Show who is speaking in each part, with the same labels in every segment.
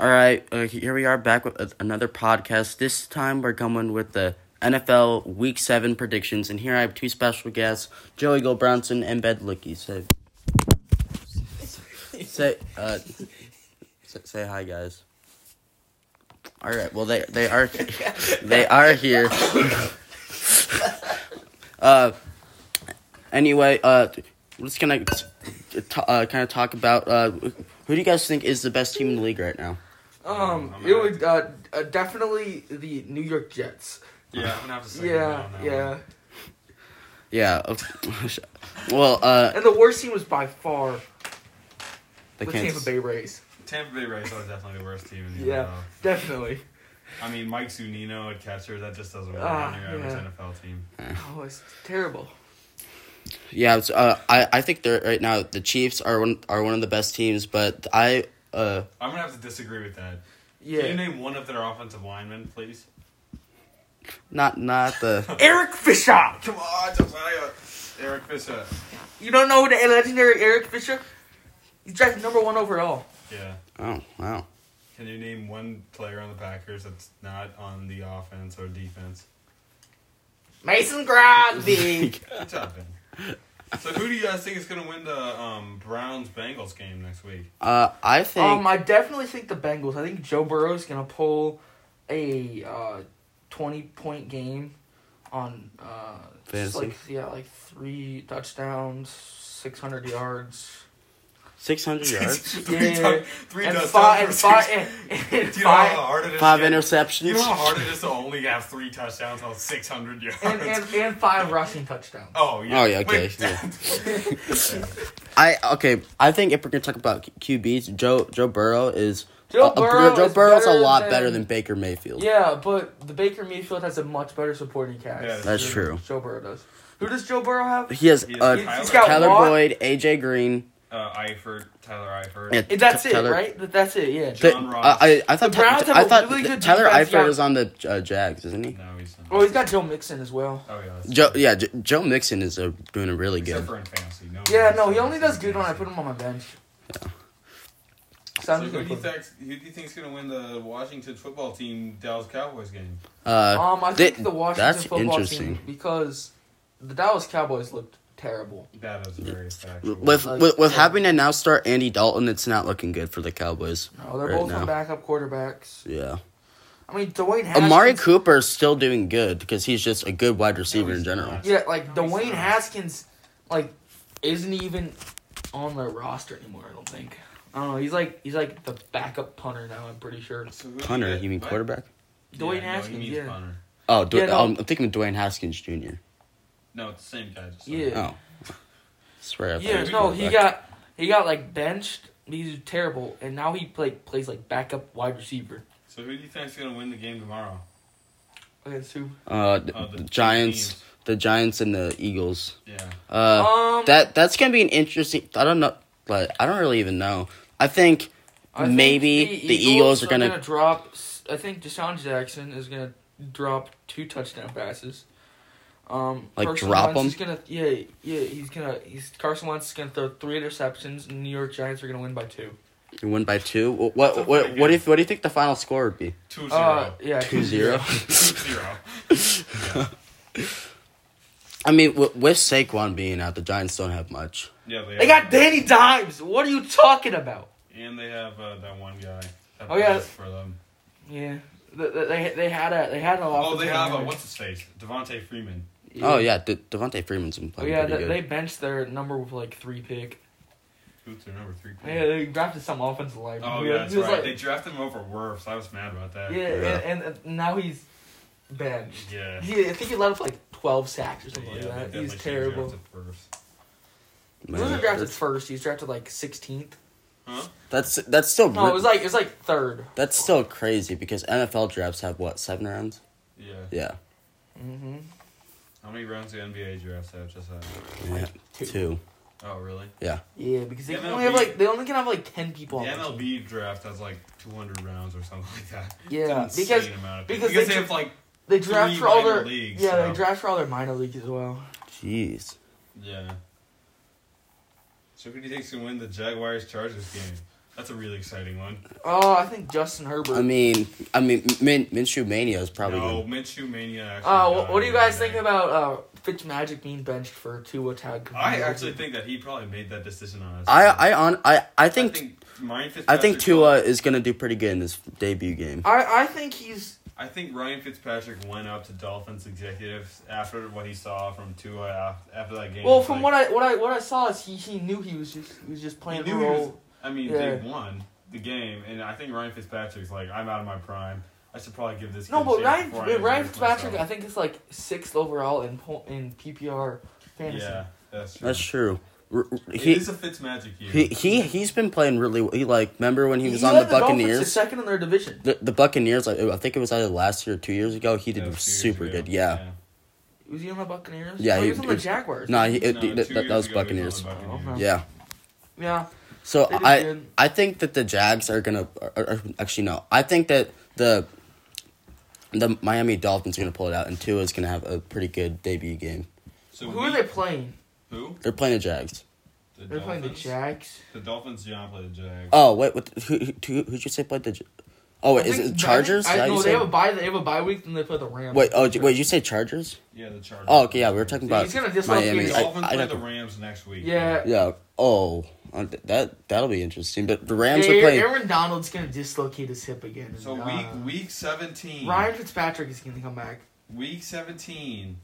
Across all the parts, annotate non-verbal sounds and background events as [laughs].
Speaker 1: All right, uh, here we are back with another podcast. This time we're coming with the NFL Week Seven predictions, and here I have two special guests, Joey Go Brownson and Bed Licky. Say, say, uh, say, say hi, guys. All right. Well, they they are they are here. uh, anyway, uh, we're just gonna t- uh, kind of talk about uh, who do you guys think is the best team in the league right now?
Speaker 2: Um, it would uh, uh, definitely the New York Jets.
Speaker 3: Yeah, I'm gonna have to say
Speaker 2: Yeah,
Speaker 3: no, no.
Speaker 2: yeah.
Speaker 1: Yeah. of- well, uh,
Speaker 2: And the worst team was by far
Speaker 1: the
Speaker 2: the
Speaker 1: Kansas.
Speaker 2: Tampa Bay Rays.
Speaker 3: Tampa Bay Rays are definitely the worst team in the
Speaker 2: Yeah,
Speaker 1: [laughs]
Speaker 3: NFL.
Speaker 2: definitely.
Speaker 3: I mean, Mike Zunino at catcher, that just doesn't work
Speaker 2: Ah,
Speaker 3: on your average
Speaker 2: yeah.
Speaker 3: NFL team.
Speaker 2: Oh, it's terrible.
Speaker 1: Yeah, it's, uh, I I think they're right now the Chiefs are one are one of the best teams, but I uh
Speaker 3: I'm gonna have to disagree with that. Can you
Speaker 2: Yeah.
Speaker 3: name one of their offensive linemen, please?
Speaker 1: not not
Speaker 2: [laughs]
Speaker 1: the
Speaker 2: Eric Fisher.
Speaker 3: Come on, Josiah. Eric Fisher.
Speaker 2: You don't know the legendary Eric Fisher? He's drafted number one overall.
Speaker 3: Yeah.
Speaker 1: oh
Speaker 2: [laughs]
Speaker 1: wow
Speaker 3: Can you name one player on the Packers that's not on the offense or defense?
Speaker 1: [laughs]
Speaker 2: Mason Crosby.
Speaker 3: Good job, Ben. So who do you guys think is gonna win the um, Browns Bengals game next week? [laughs]
Speaker 1: uh I think
Speaker 2: um, I definitely think the Bengals. I think Joe Burrow's gonna pull a uh, twenty point game on uh,
Speaker 1: Fantasy?
Speaker 2: just like yeah, like three touchdowns, six hundred yards.
Speaker 1: six hundred yards,
Speaker 3: three
Speaker 2: Yeah.
Speaker 3: tou- three
Speaker 2: and
Speaker 3: touchdowns
Speaker 2: five,
Speaker 3: for
Speaker 2: and five,
Speaker 3: six-
Speaker 2: and, and
Speaker 3: Do [laughs] you know uh, how
Speaker 2: five,
Speaker 3: hard it is? to
Speaker 1: five
Speaker 3: get-
Speaker 1: interceptions.
Speaker 3: You know how hard it
Speaker 1: [laughs]
Speaker 3: is to only have three touchdowns on 600 yards?
Speaker 2: and, and, and five rushing touchdowns.
Speaker 3: [laughs] oh,
Speaker 1: [laughs]
Speaker 3: yeah.
Speaker 1: Oh, yeah, okay,
Speaker 2: [laughs]
Speaker 3: Wait,
Speaker 1: yeah.
Speaker 3: Yeah.
Speaker 1: I okay. I think if we're gonna talk about Q- QBs, Joe Joe Burrow is
Speaker 2: Joe
Speaker 1: uh,
Speaker 2: Burrow
Speaker 1: Joe
Speaker 2: is
Speaker 1: Burrow's a
Speaker 2: better
Speaker 1: lot
Speaker 2: than-
Speaker 1: better than Baker Mayfield.
Speaker 2: Yeah, but the Baker Mayfield has a much better supporting cast.
Speaker 3: Yeah, that's
Speaker 1: That's
Speaker 2: than
Speaker 1: true.
Speaker 2: Joe Burrow does. Who does Joe Burrow have?
Speaker 1: He has
Speaker 3: [laughs] He has
Speaker 1: uh,
Speaker 3: Tyler. He's
Speaker 1: Tyler,
Speaker 3: got
Speaker 2: Watt.
Speaker 1: Boyd, AJ Green.
Speaker 3: uh, Eifert, Tyler Eifert.
Speaker 1: Yeah,
Speaker 2: Eh, That's
Speaker 1: T-
Speaker 2: it,
Speaker 1: Tyler-
Speaker 2: right? That- That's it. Yeah.
Speaker 1: The-
Speaker 3: John Ross.
Speaker 1: uh, I, I thought
Speaker 2: The
Speaker 1: Ty-
Speaker 2: Browns have
Speaker 1: I
Speaker 2: a
Speaker 1: thought
Speaker 2: really good
Speaker 1: Tyler
Speaker 2: defense,
Speaker 1: Eifert
Speaker 2: yeah.
Speaker 1: is on the uh, Jags, isn't he?
Speaker 3: No, he's not.
Speaker 2: Oh, he's got Joe Mixon as well.
Speaker 3: Oh, yeah. that's-
Speaker 1: Joe, yeah, J- Joe Mixon is uh, doing really
Speaker 3: Except
Speaker 1: good.
Speaker 3: for in fantasy. No,
Speaker 2: Yeah,
Speaker 3: he's
Speaker 2: no, he
Speaker 3: not.
Speaker 2: only does good when I put him on my bench. So
Speaker 3: So
Speaker 2: I'm just
Speaker 3: who,
Speaker 2: gonna
Speaker 3: do you
Speaker 2: put him.
Speaker 3: think, who do you think's going to win the Washington football team Dallas Cowboys game?
Speaker 1: Uh,
Speaker 2: Um, I
Speaker 1: thi-
Speaker 2: think the Washington
Speaker 1: that's
Speaker 2: football
Speaker 1: interesting.
Speaker 2: team because the Dallas Cowboys looked terrible.
Speaker 3: That is very factual.
Speaker 1: With
Speaker 2: Like,
Speaker 1: with, with
Speaker 2: yeah.
Speaker 1: having to now start Andy Dalton, it's not looking good for the Cowboys.
Speaker 2: No, they're
Speaker 1: Right
Speaker 2: both
Speaker 1: now.
Speaker 2: on backup quarterbacks.
Speaker 1: Yeah,
Speaker 2: I mean, Dwayne Haskins.
Speaker 1: Amari Cooper is still doing good because he's just a good wide receiver
Speaker 3: No,
Speaker 1: in
Speaker 3: he's
Speaker 1: general.
Speaker 3: not.
Speaker 2: Yeah, like
Speaker 3: No, he's
Speaker 2: Dwayne
Speaker 3: not.
Speaker 2: Haskins, like isn't even on their roster anymore. I don't think. I don't know. He's like he's like the backup punter now. I'm pretty sure.
Speaker 3: So who do
Speaker 1: Punter,
Speaker 3: get-
Speaker 1: you mean
Speaker 3: what?
Speaker 1: quarterback?
Speaker 3: Yeah,
Speaker 2: Dwayne
Speaker 3: no,
Speaker 2: Haskins.
Speaker 3: he means
Speaker 2: yeah.
Speaker 3: punter.
Speaker 1: Oh, Dw-
Speaker 2: Yeah, no.
Speaker 1: um, I'm thinking of Dwayne Haskins Jr.
Speaker 3: No, it's the same guy. Just
Speaker 2: Yeah.
Speaker 1: Oh, swear. I thought
Speaker 2: Yeah.
Speaker 1: was
Speaker 2: No, he
Speaker 1: quarterback.
Speaker 2: got he got like benched. He's terrible, and now he play, plays like backup wide receiver.
Speaker 3: So who do you think's going to win the game tomorrow?
Speaker 2: Okay, so
Speaker 1: uh, the,
Speaker 3: Oh, the
Speaker 1: the Giants,
Speaker 3: teams.
Speaker 1: the Giants and the Eagles.
Speaker 3: Yeah.
Speaker 1: Uh,
Speaker 2: um,
Speaker 1: that that's gonna be an interesting. I don't know, but I don't really even know. I think
Speaker 2: I think
Speaker 1: maybe the Eagles are gonna-
Speaker 2: drop. s- I think Deshaun Jackson is gonna drop two touchdown passes. Um,
Speaker 1: Like,
Speaker 2: Carson
Speaker 1: drop
Speaker 2: Wentz is
Speaker 1: 'em?
Speaker 2: gonna yeah yeah he's gonna he's Carson Wentz is gonna throw three interceptions and New York Giants are gonna win by two.
Speaker 1: you win by two. What what what, what, if, what do you think the final score would be?
Speaker 3: 2 0.
Speaker 2: Uh, yeah,
Speaker 1: Two zero. [laughs]
Speaker 3: 2 0.
Speaker 1: I mean, with, with Saquon being out, the Giants don't have much.
Speaker 3: Yeah,
Speaker 2: [laughs] They got Danny Dimes. What are you talking about?
Speaker 3: And they have uh, that one guy. That
Speaker 2: Oh, yeah.
Speaker 3: plays For them.
Speaker 2: Yeah, Th- th- they they had a they had an
Speaker 3: Oh, they
Speaker 2: offensive
Speaker 3: have uh
Speaker 2: line.
Speaker 3: what's his face? Devontae Freeman.
Speaker 1: Oh yeah, De- Devontae Freeman's been
Speaker 2: Oh
Speaker 1: playing
Speaker 2: yeah,
Speaker 1: pretty
Speaker 2: they,
Speaker 1: good.
Speaker 2: they benched their number with like three pick.
Speaker 3: Who's their number three?
Speaker 2: Yeah, they drafted some offensive line.
Speaker 3: Oh
Speaker 2: He
Speaker 3: yeah, that's
Speaker 2: was
Speaker 3: right.
Speaker 2: like-
Speaker 3: they drafted him over Werfs. I was mad about that.
Speaker 2: Yeah,
Speaker 1: Yeah.
Speaker 2: And, and uh, now he's benched.
Speaker 3: Yeah.
Speaker 2: He, I think he led up like 12 sacks or something
Speaker 3: Yeah, they
Speaker 2: like that.
Speaker 3: definitely
Speaker 2: He's
Speaker 3: should've
Speaker 2: terrible.
Speaker 3: drafted Wirfs.
Speaker 2: He
Speaker 1: Man,
Speaker 2: wasn't drafted
Speaker 1: that's,
Speaker 2: first. He was drafted like 16th.
Speaker 3: Huh?
Speaker 1: that's that's still
Speaker 2: No,
Speaker 1: re-
Speaker 2: it was like it was like third.
Speaker 1: that's still crazy because NFL drafts have what seven rounds?
Speaker 3: Yeah.
Speaker 1: Yeah,
Speaker 2: Mm-hmm.
Speaker 3: How many rounds do NBA drafts have? Just uh,
Speaker 1: yeah.
Speaker 2: Two.
Speaker 1: Two.
Speaker 3: oh really?
Speaker 2: Yeah, because they
Speaker 3: The
Speaker 2: only have
Speaker 3: MLB
Speaker 2: like they only can have like 10 people.
Speaker 3: The
Speaker 2: on the team.
Speaker 3: MLB draft has like 200 rounds or something [laughs] like that. It's
Speaker 2: Yeah,
Speaker 3: an insane
Speaker 2: because-
Speaker 3: amount of
Speaker 2: because
Speaker 3: because
Speaker 2: they
Speaker 3: they
Speaker 2: dra-
Speaker 3: have like
Speaker 2: They draft
Speaker 3: three
Speaker 2: for all
Speaker 3: minor
Speaker 2: their
Speaker 3: leagues,
Speaker 2: yeah. They
Speaker 3: so-
Speaker 2: draft for all their minor leagues as well.
Speaker 1: Jeez.
Speaker 3: yeah. So who do you think's gonna win the Jaguars Chargers game? That's a really exciting one.
Speaker 2: Oh, I think Justin Herbert.
Speaker 1: I mean, I mean, Min, Minshew Mania is probably.
Speaker 3: no,
Speaker 1: gonna-
Speaker 3: Minshew Mania. Actually
Speaker 2: Uh,
Speaker 3: got
Speaker 2: what, what do you
Speaker 3: it
Speaker 2: guys
Speaker 3: today.
Speaker 2: think about uh, Fitz Magic being benched for Tua Tag?
Speaker 3: I actually think that he probably made that decision on his.
Speaker 1: I
Speaker 3: own.
Speaker 1: I on I I think I
Speaker 3: I
Speaker 1: think,
Speaker 3: think Ryan Fitzpatrick.
Speaker 1: Tua is gonna do pretty good in his debut game.
Speaker 2: I, I think he's
Speaker 3: I think Ryan Fitzpatrick went up to Dolphins executives after what he saw from Tua af- after that game.
Speaker 2: well. From
Speaker 3: Like,
Speaker 2: what I what I what I saw is he, he knew he was just he was just playing
Speaker 3: He
Speaker 2: the
Speaker 3: knew he was-
Speaker 2: role.
Speaker 3: I mean,
Speaker 2: Yeah.
Speaker 3: they won the game, and I think Ryan Fitzpatrick's like, I'm out of my prime. I should probably give this.
Speaker 2: No,
Speaker 3: kid a
Speaker 2: but
Speaker 3: chance
Speaker 2: Ryan
Speaker 3: before I
Speaker 2: Ryan
Speaker 3: embarrass
Speaker 2: Fitzpatrick, I
Speaker 3: myself."
Speaker 2: think it's like sixth overall in po- in PPR fantasy.
Speaker 3: Yeah, that's true.
Speaker 1: That's true. R- r-
Speaker 3: He, it
Speaker 1: He
Speaker 3: is a Fitzmagic year.
Speaker 1: he he he's been playing really. well. He like remember when he was on
Speaker 2: led
Speaker 1: the
Speaker 2: Dolphins to
Speaker 1: Buccaneers.
Speaker 2: second in their division.
Speaker 1: The, the Buccaneers, like, I think it was either last year or two years ago, he
Speaker 3: That
Speaker 1: did
Speaker 3: was two years
Speaker 1: super
Speaker 3: ago.
Speaker 1: good. Yeah,
Speaker 2: Was he on the Buccaneers?
Speaker 1: Yeah,
Speaker 2: Oh, he,
Speaker 1: he-
Speaker 2: was on
Speaker 1: he
Speaker 2: the
Speaker 1: was-
Speaker 2: Jaguars.
Speaker 1: no, he, it, that-
Speaker 3: No, two
Speaker 1: that, that
Speaker 3: years
Speaker 1: was
Speaker 3: ago, he
Speaker 1: Buccaneers.
Speaker 3: on the
Speaker 2: Oh, okay.
Speaker 1: Yeah,
Speaker 2: yeah,
Speaker 1: so
Speaker 2: They did
Speaker 1: I
Speaker 2: good.
Speaker 1: I think that the Jags are gonna. Are, are, actually, no, I think that the the Miami Dolphins are gonna pull it out, and Tua is gonna have a pretty good debut game.
Speaker 3: So
Speaker 2: Who are
Speaker 3: we-
Speaker 2: they playing?
Speaker 3: Who?
Speaker 1: They're playing the Jags.
Speaker 3: The
Speaker 2: They're playing the
Speaker 3: Dolphins?
Speaker 2: Jags.
Speaker 3: The Dolphins do not play the Jags.
Speaker 1: Oh wait, what? Who who who'd you say played the? J- Oh wait,
Speaker 2: I
Speaker 1: is
Speaker 2: think-
Speaker 1: it Chargers?
Speaker 2: I,
Speaker 1: Yeah,
Speaker 2: no,
Speaker 1: you
Speaker 2: they
Speaker 1: said-
Speaker 2: have a bye. They have a bye week, then they play the Rams.
Speaker 1: wait, oh j- wait, you say Chargers?
Speaker 3: Yeah, the Chargers.
Speaker 1: Oh okay, yeah, we were talking about
Speaker 2: He's gonna dislocate
Speaker 1: Miami.
Speaker 3: The
Speaker 2: his-
Speaker 1: I-
Speaker 3: Dolphins
Speaker 1: I
Speaker 3: play
Speaker 1: don't-
Speaker 3: the Rams next week.
Speaker 2: Yeah.
Speaker 1: Yeah. Oh, uh, th- that that'll be interesting. But the
Speaker 2: Yeah,
Speaker 1: Rams are
Speaker 2: Aaron,
Speaker 1: playing.
Speaker 2: Aaron Donald's gonna dislocate his hip again.
Speaker 3: So
Speaker 2: and,
Speaker 3: week
Speaker 2: uh,
Speaker 3: week seventeen.
Speaker 2: Ryan Fitzpatrick is gonna come back.
Speaker 3: Week 17,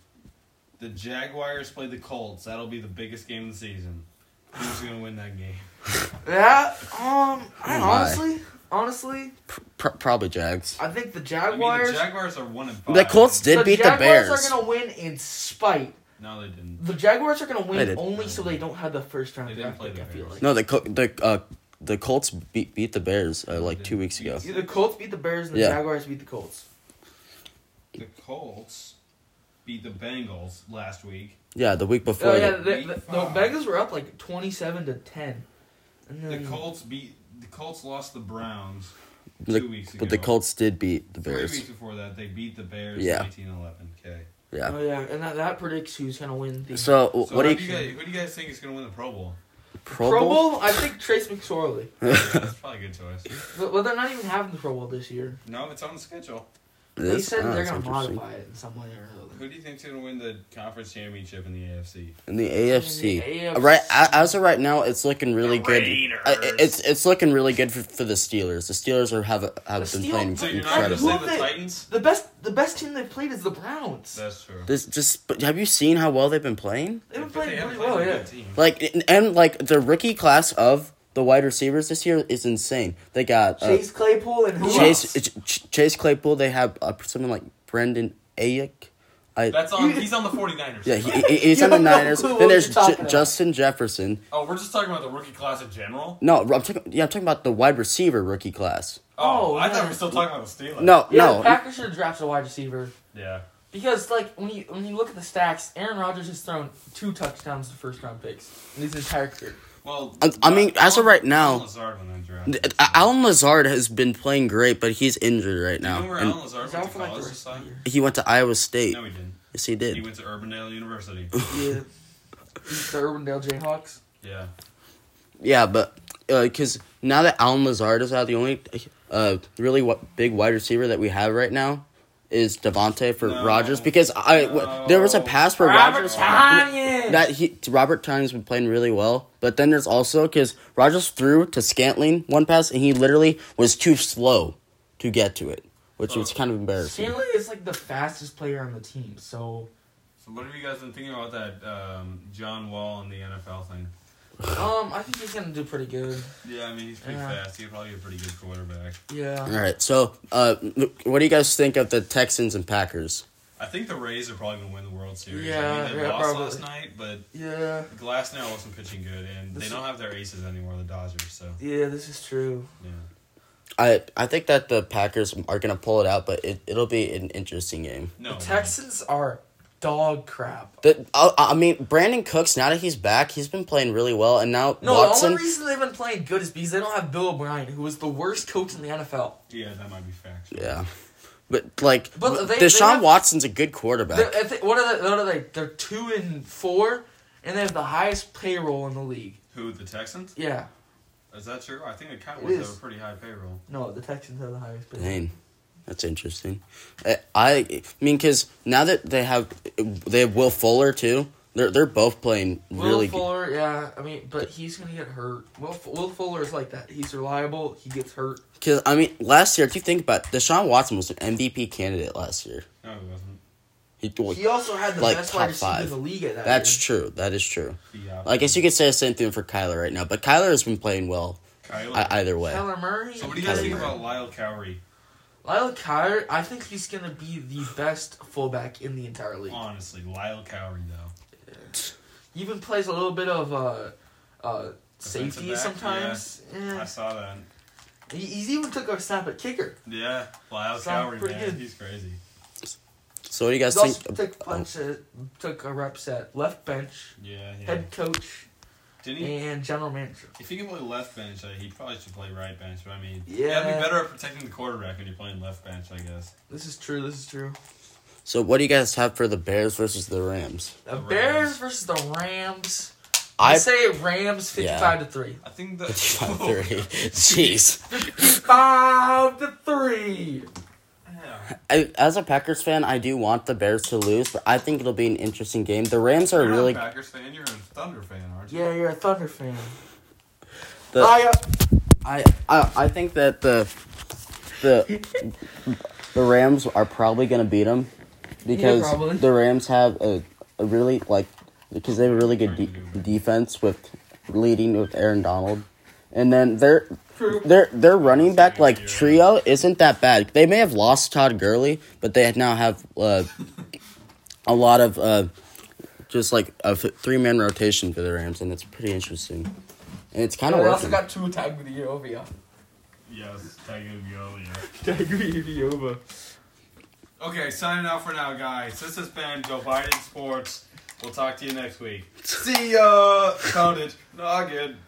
Speaker 3: the Jaguars play the Colts. That'll be the biggest game of the season. Who's going to win that game?
Speaker 2: Yeah. Um. I
Speaker 1: Oh my.
Speaker 2: honestly, honestly,
Speaker 1: Pr- probably Jags.
Speaker 2: I think the
Speaker 3: I mean, the
Speaker 2: Jaguars.
Speaker 3: Jaguars are 1 and 5.
Speaker 1: The Colts did beat the
Speaker 2: Jaguars
Speaker 1: Bears.
Speaker 2: are gonna win in spite.
Speaker 3: No, they didn't.
Speaker 2: The Jaguars are gonna
Speaker 1: They
Speaker 2: win
Speaker 1: did.
Speaker 2: only so they don't have the first round
Speaker 3: They didn't
Speaker 2: draft
Speaker 3: play
Speaker 2: pick.
Speaker 3: the
Speaker 2: I feel
Speaker 3: Bears.
Speaker 2: like.
Speaker 1: No, the Col- the uh, the Colts beat beat the Bears uh, like two weeks ago.
Speaker 2: Yeah, the Colts beat the Bears and the
Speaker 1: Yeah.
Speaker 2: Jaguars beat the Colts.
Speaker 3: The Colts beat the Bengals last week.
Speaker 1: Yeah, the week before.
Speaker 2: Oh yeah,
Speaker 1: that.
Speaker 2: the, the, the
Speaker 3: Five.
Speaker 2: Bengals were up like twenty-seven to ten. And
Speaker 3: The
Speaker 2: then,
Speaker 3: Colts beat the Colts lost the Browns two
Speaker 1: The-
Speaker 3: weeks ago.
Speaker 1: but the Colts did beat the
Speaker 3: Three weeks
Speaker 1: Bears.
Speaker 3: before that, they beat the Bears
Speaker 1: Yeah.
Speaker 3: 19-11. Okay.
Speaker 1: Yeah.
Speaker 2: Oh yeah, and that, that predicts who's gonna win the
Speaker 1: So, wh-
Speaker 3: So
Speaker 1: what do
Speaker 3: who,
Speaker 1: you
Speaker 3: do you guys, who do you guys think is going to win the Pro
Speaker 1: [laughs]
Speaker 3: Bowl?
Speaker 1: Pro
Speaker 2: Pro
Speaker 1: Bowl?
Speaker 2: Bowl. I think Trace McSorley.
Speaker 3: Yeah, That's probably a good choice.
Speaker 2: But- Well, they're not even having the Pro Bowl this year.
Speaker 3: No, it's on the schedule.
Speaker 2: They
Speaker 1: This?
Speaker 2: said
Speaker 1: Oh,
Speaker 2: they're
Speaker 1: that's
Speaker 2: gonna
Speaker 1: interesting.
Speaker 2: modify it in some way or another.
Speaker 3: Who do you think's going to win the conference championship in the AFC?
Speaker 1: Oh, In the AFC.
Speaker 2: AFC.
Speaker 1: Right a- as of right now, it's looking really
Speaker 3: The
Speaker 1: good.
Speaker 3: Raiders.
Speaker 1: I- I- It's it's looking really good for, for the Steelers. The Steelers are have have
Speaker 2: The
Speaker 1: been
Speaker 2: Steel-
Speaker 1: playing
Speaker 3: So you're not going to
Speaker 1: incredible.
Speaker 3: say
Speaker 2: Who
Speaker 3: the
Speaker 2: they-
Speaker 3: Titans?
Speaker 2: The best, the best team they've played is the Browns.
Speaker 3: That's true.
Speaker 1: This just but have you seen how well they've been playing?
Speaker 2: They've been
Speaker 3: But they
Speaker 2: playing
Speaker 3: haven't
Speaker 2: really well.
Speaker 3: played a
Speaker 2: Yeah.
Speaker 3: good team.
Speaker 1: Like and, and, like the rookie class of the wide receivers this year is insane. They got uh,
Speaker 2: Chase Claypool and who
Speaker 1: Chase
Speaker 2: else?
Speaker 1: Ch- Chase Claypool. They have uh, someone like Brendan Ayuk. I
Speaker 3: That's on. He's on the 49ers.
Speaker 1: yeah, he,
Speaker 2: [laughs]
Speaker 1: he- he's
Speaker 2: You
Speaker 1: on the
Speaker 2: don't know
Speaker 1: Niners.
Speaker 2: who
Speaker 1: Then there's
Speaker 2: you're talking
Speaker 1: J-
Speaker 2: about.
Speaker 1: Justin Jefferson.
Speaker 3: Oh, we're just talking about the rookie class in general.
Speaker 1: No, I'm talking. Yeah, I'm talking about the wide receiver rookie class.
Speaker 3: Oh,
Speaker 2: Oh,
Speaker 3: I thought we
Speaker 2: yeah.
Speaker 3: were still talking about the Steelers.
Speaker 1: No,
Speaker 2: Yeah,
Speaker 1: no,
Speaker 2: the Packers should have drafted a wide receiver
Speaker 3: Yeah.
Speaker 2: because, like, when you when you look at the stacks, Aaron Rodgers has thrown two touchdowns to first round picks in his entire career.
Speaker 3: Well,
Speaker 1: I- I mean, as of right now-
Speaker 3: Alan Lazard won that draft.
Speaker 1: Th- Alan Lazard has been playing great, but he's injured right
Speaker 3: Do you know
Speaker 1: now.
Speaker 3: where
Speaker 1: And
Speaker 3: Alan Lazard
Speaker 2: He's
Speaker 3: went
Speaker 2: out
Speaker 3: to
Speaker 2: for like the
Speaker 3: college this
Speaker 2: rest of
Speaker 3: time?
Speaker 2: the year.
Speaker 1: he went to Iowa State.
Speaker 3: No, he didn't.
Speaker 1: Yes, he
Speaker 3: He
Speaker 1: did.
Speaker 3: went to
Speaker 1: [laughs]
Speaker 3: Urbandale University.
Speaker 2: Yeah, the Urbandale Jayhawks.
Speaker 3: yeah.
Speaker 1: Yeah, but because now that Alan Lazard is out, the only uh, really w- big wide receiver that we have right now is Devontae for
Speaker 3: No.
Speaker 1: Rodgers. Because I w- there was a
Speaker 3: No.
Speaker 1: pass where
Speaker 2: Robert
Speaker 1: Rodgers
Speaker 2: Tanyan.
Speaker 1: that he Robert Tanyan's been playing really well, but then there's also because Rodgers threw to Scantling one pass and he literally was too slow to get to it, which was kind of embarrassing.
Speaker 2: Stanley is like the fastest player on the team, so
Speaker 3: So what have you guys been thinking about that um, John Wall and the NFL thing?
Speaker 2: um, I think he's gonna do pretty good.
Speaker 3: Yeah, I mean he's pretty
Speaker 2: Yeah.
Speaker 3: fast. He'd probably be a pretty good quarterback.
Speaker 2: Yeah.
Speaker 1: All right, so uh, what do you guys think of the Texans and Packers?
Speaker 3: I think the Rays are probably gonna win the World Series. I
Speaker 2: Yeah,
Speaker 3: mean, they
Speaker 2: yeah,
Speaker 3: lost
Speaker 2: probably.
Speaker 3: last night, but
Speaker 2: Yeah.
Speaker 3: Glass now wasn't pitching good, and they
Speaker 2: This-
Speaker 3: don't have their aces anymore. The Dodgers, so
Speaker 2: Yeah, this is true.
Speaker 3: yeah.
Speaker 1: I I think that the Packers are gonna pull it out, but it it'll be an interesting game.
Speaker 3: No,
Speaker 2: the Texans are dog crap.
Speaker 1: The I, I mean Brandon Cooks now that he's back, he's been playing really well, and now
Speaker 2: No, the
Speaker 1: Watson.
Speaker 2: only reason they've been playing good is because they don't have Bill O'Brien, who was the worst coach in the NFL.
Speaker 3: yeah, that might be factual.
Speaker 1: yeah, but like
Speaker 2: But they- they
Speaker 1: Deshaun
Speaker 2: have- They're-
Speaker 1: Watson's a good quarterback.
Speaker 2: if they- what are they? What are they? They're two and four, and they have the highest payroll in the league.
Speaker 3: Who the Texans?
Speaker 2: Yeah,
Speaker 3: Is that true? I think the
Speaker 2: It
Speaker 3: Cowboys have
Speaker 2: is.
Speaker 3: a pretty high payroll.
Speaker 2: No, the Texans have the highest pay.
Speaker 1: Dang, that's interesting. I, I mean, because now that they have they have Will Fuller too, they're they're both playing
Speaker 2: Will
Speaker 1: really good.
Speaker 2: Fuller, yeah, I mean, but he's gonna get hurt. Will Will Fuller is like that. He's reliable. He gets hurt.
Speaker 1: Because I mean, last year, if you think about, it, Deshaun Watson was an MVP candidate last year.
Speaker 3: No, it wasn't.
Speaker 1: He, well,
Speaker 2: He also had the
Speaker 1: Like,
Speaker 2: best wide
Speaker 1: top
Speaker 2: receiver in
Speaker 1: five.
Speaker 2: the league at that.
Speaker 1: that's
Speaker 2: year.
Speaker 1: true. That is true.
Speaker 3: Yeah.
Speaker 1: I guess you could say the same thing for Kyler right now, but Kyler has been playing well
Speaker 3: Kyler.
Speaker 1: I, either way.
Speaker 2: Kyler Murray.
Speaker 3: so what do you guys
Speaker 1: Kyler
Speaker 3: think
Speaker 1: Murray.
Speaker 3: about Lyle Cowrie?
Speaker 2: Lyle Kyler, I think he's gonna be the best fullback in the entire league.
Speaker 3: Honestly, Lyle Cowrie though.
Speaker 2: He even plays a little bit of uh, uh,
Speaker 3: Defensive
Speaker 2: safety
Speaker 3: back,
Speaker 2: sometimes.
Speaker 3: I
Speaker 2: Yeah.
Speaker 3: saw that.
Speaker 2: He, he's even took a snap at kicker.
Speaker 3: Yeah, Lyle
Speaker 2: Sound
Speaker 3: Cowrie,
Speaker 2: pretty
Speaker 3: man,
Speaker 2: good.
Speaker 3: he's crazy.
Speaker 1: So what do you guys
Speaker 2: He's also
Speaker 1: think?
Speaker 2: took bunch of, took a rep set left bench,
Speaker 3: Yeah, yeah.
Speaker 2: head coach,
Speaker 3: Didn't he?
Speaker 2: and general manager.
Speaker 3: If he can play left bench, uh, he probably should play right bench. But I mean,
Speaker 2: Yeah.
Speaker 3: yeah, would be better at protecting the quarterback when you're playing left bench, I guess.
Speaker 2: This is true. This is true.
Speaker 1: So what do you guys have for the Bears versus the Rams?
Speaker 2: The,
Speaker 3: The
Speaker 2: Bears
Speaker 3: Rams.
Speaker 2: versus the Rams. I
Speaker 1: I
Speaker 2: say Rams fifty-five to three.
Speaker 3: I think that.
Speaker 1: [laughs]
Speaker 3: [laughs]
Speaker 1: three. Jeez.
Speaker 2: Five to three.
Speaker 3: [laughs] Yeah.
Speaker 1: I, as a Packers fan, I do want the Bears to lose, but I think it'll be an interesting game. The Rams are
Speaker 3: You're not
Speaker 1: really
Speaker 3: a Packers fan. You're a Thunder fan, aren't you?
Speaker 2: Yeah, you're a Thunder fan. uh,
Speaker 1: the,
Speaker 2: Liar.
Speaker 1: I, I I think that the the the Rams are probably gonna beat them because
Speaker 2: probably.
Speaker 1: the Rams have a, a really like because they have a really good de- defense with leading with Aaron Donald, and then their
Speaker 2: True.
Speaker 1: their their running back like
Speaker 3: Yeah.
Speaker 1: trio isn't that bad. They may have lost Todd Gurley, but they now have uh, a lot of uh, just like a three man rotation for the Rams, and it's pretty interesting. And it's kind
Speaker 2: And
Speaker 1: of
Speaker 2: we
Speaker 1: working.
Speaker 2: also got two tag with Yova.
Speaker 3: Yes, Tagovailoa.
Speaker 2: Tag with Yova.
Speaker 3: Okay, signing out for now, guys. This has been Joe Biden Sports. We'll talk to you next week. See ya. Count it. Noggin.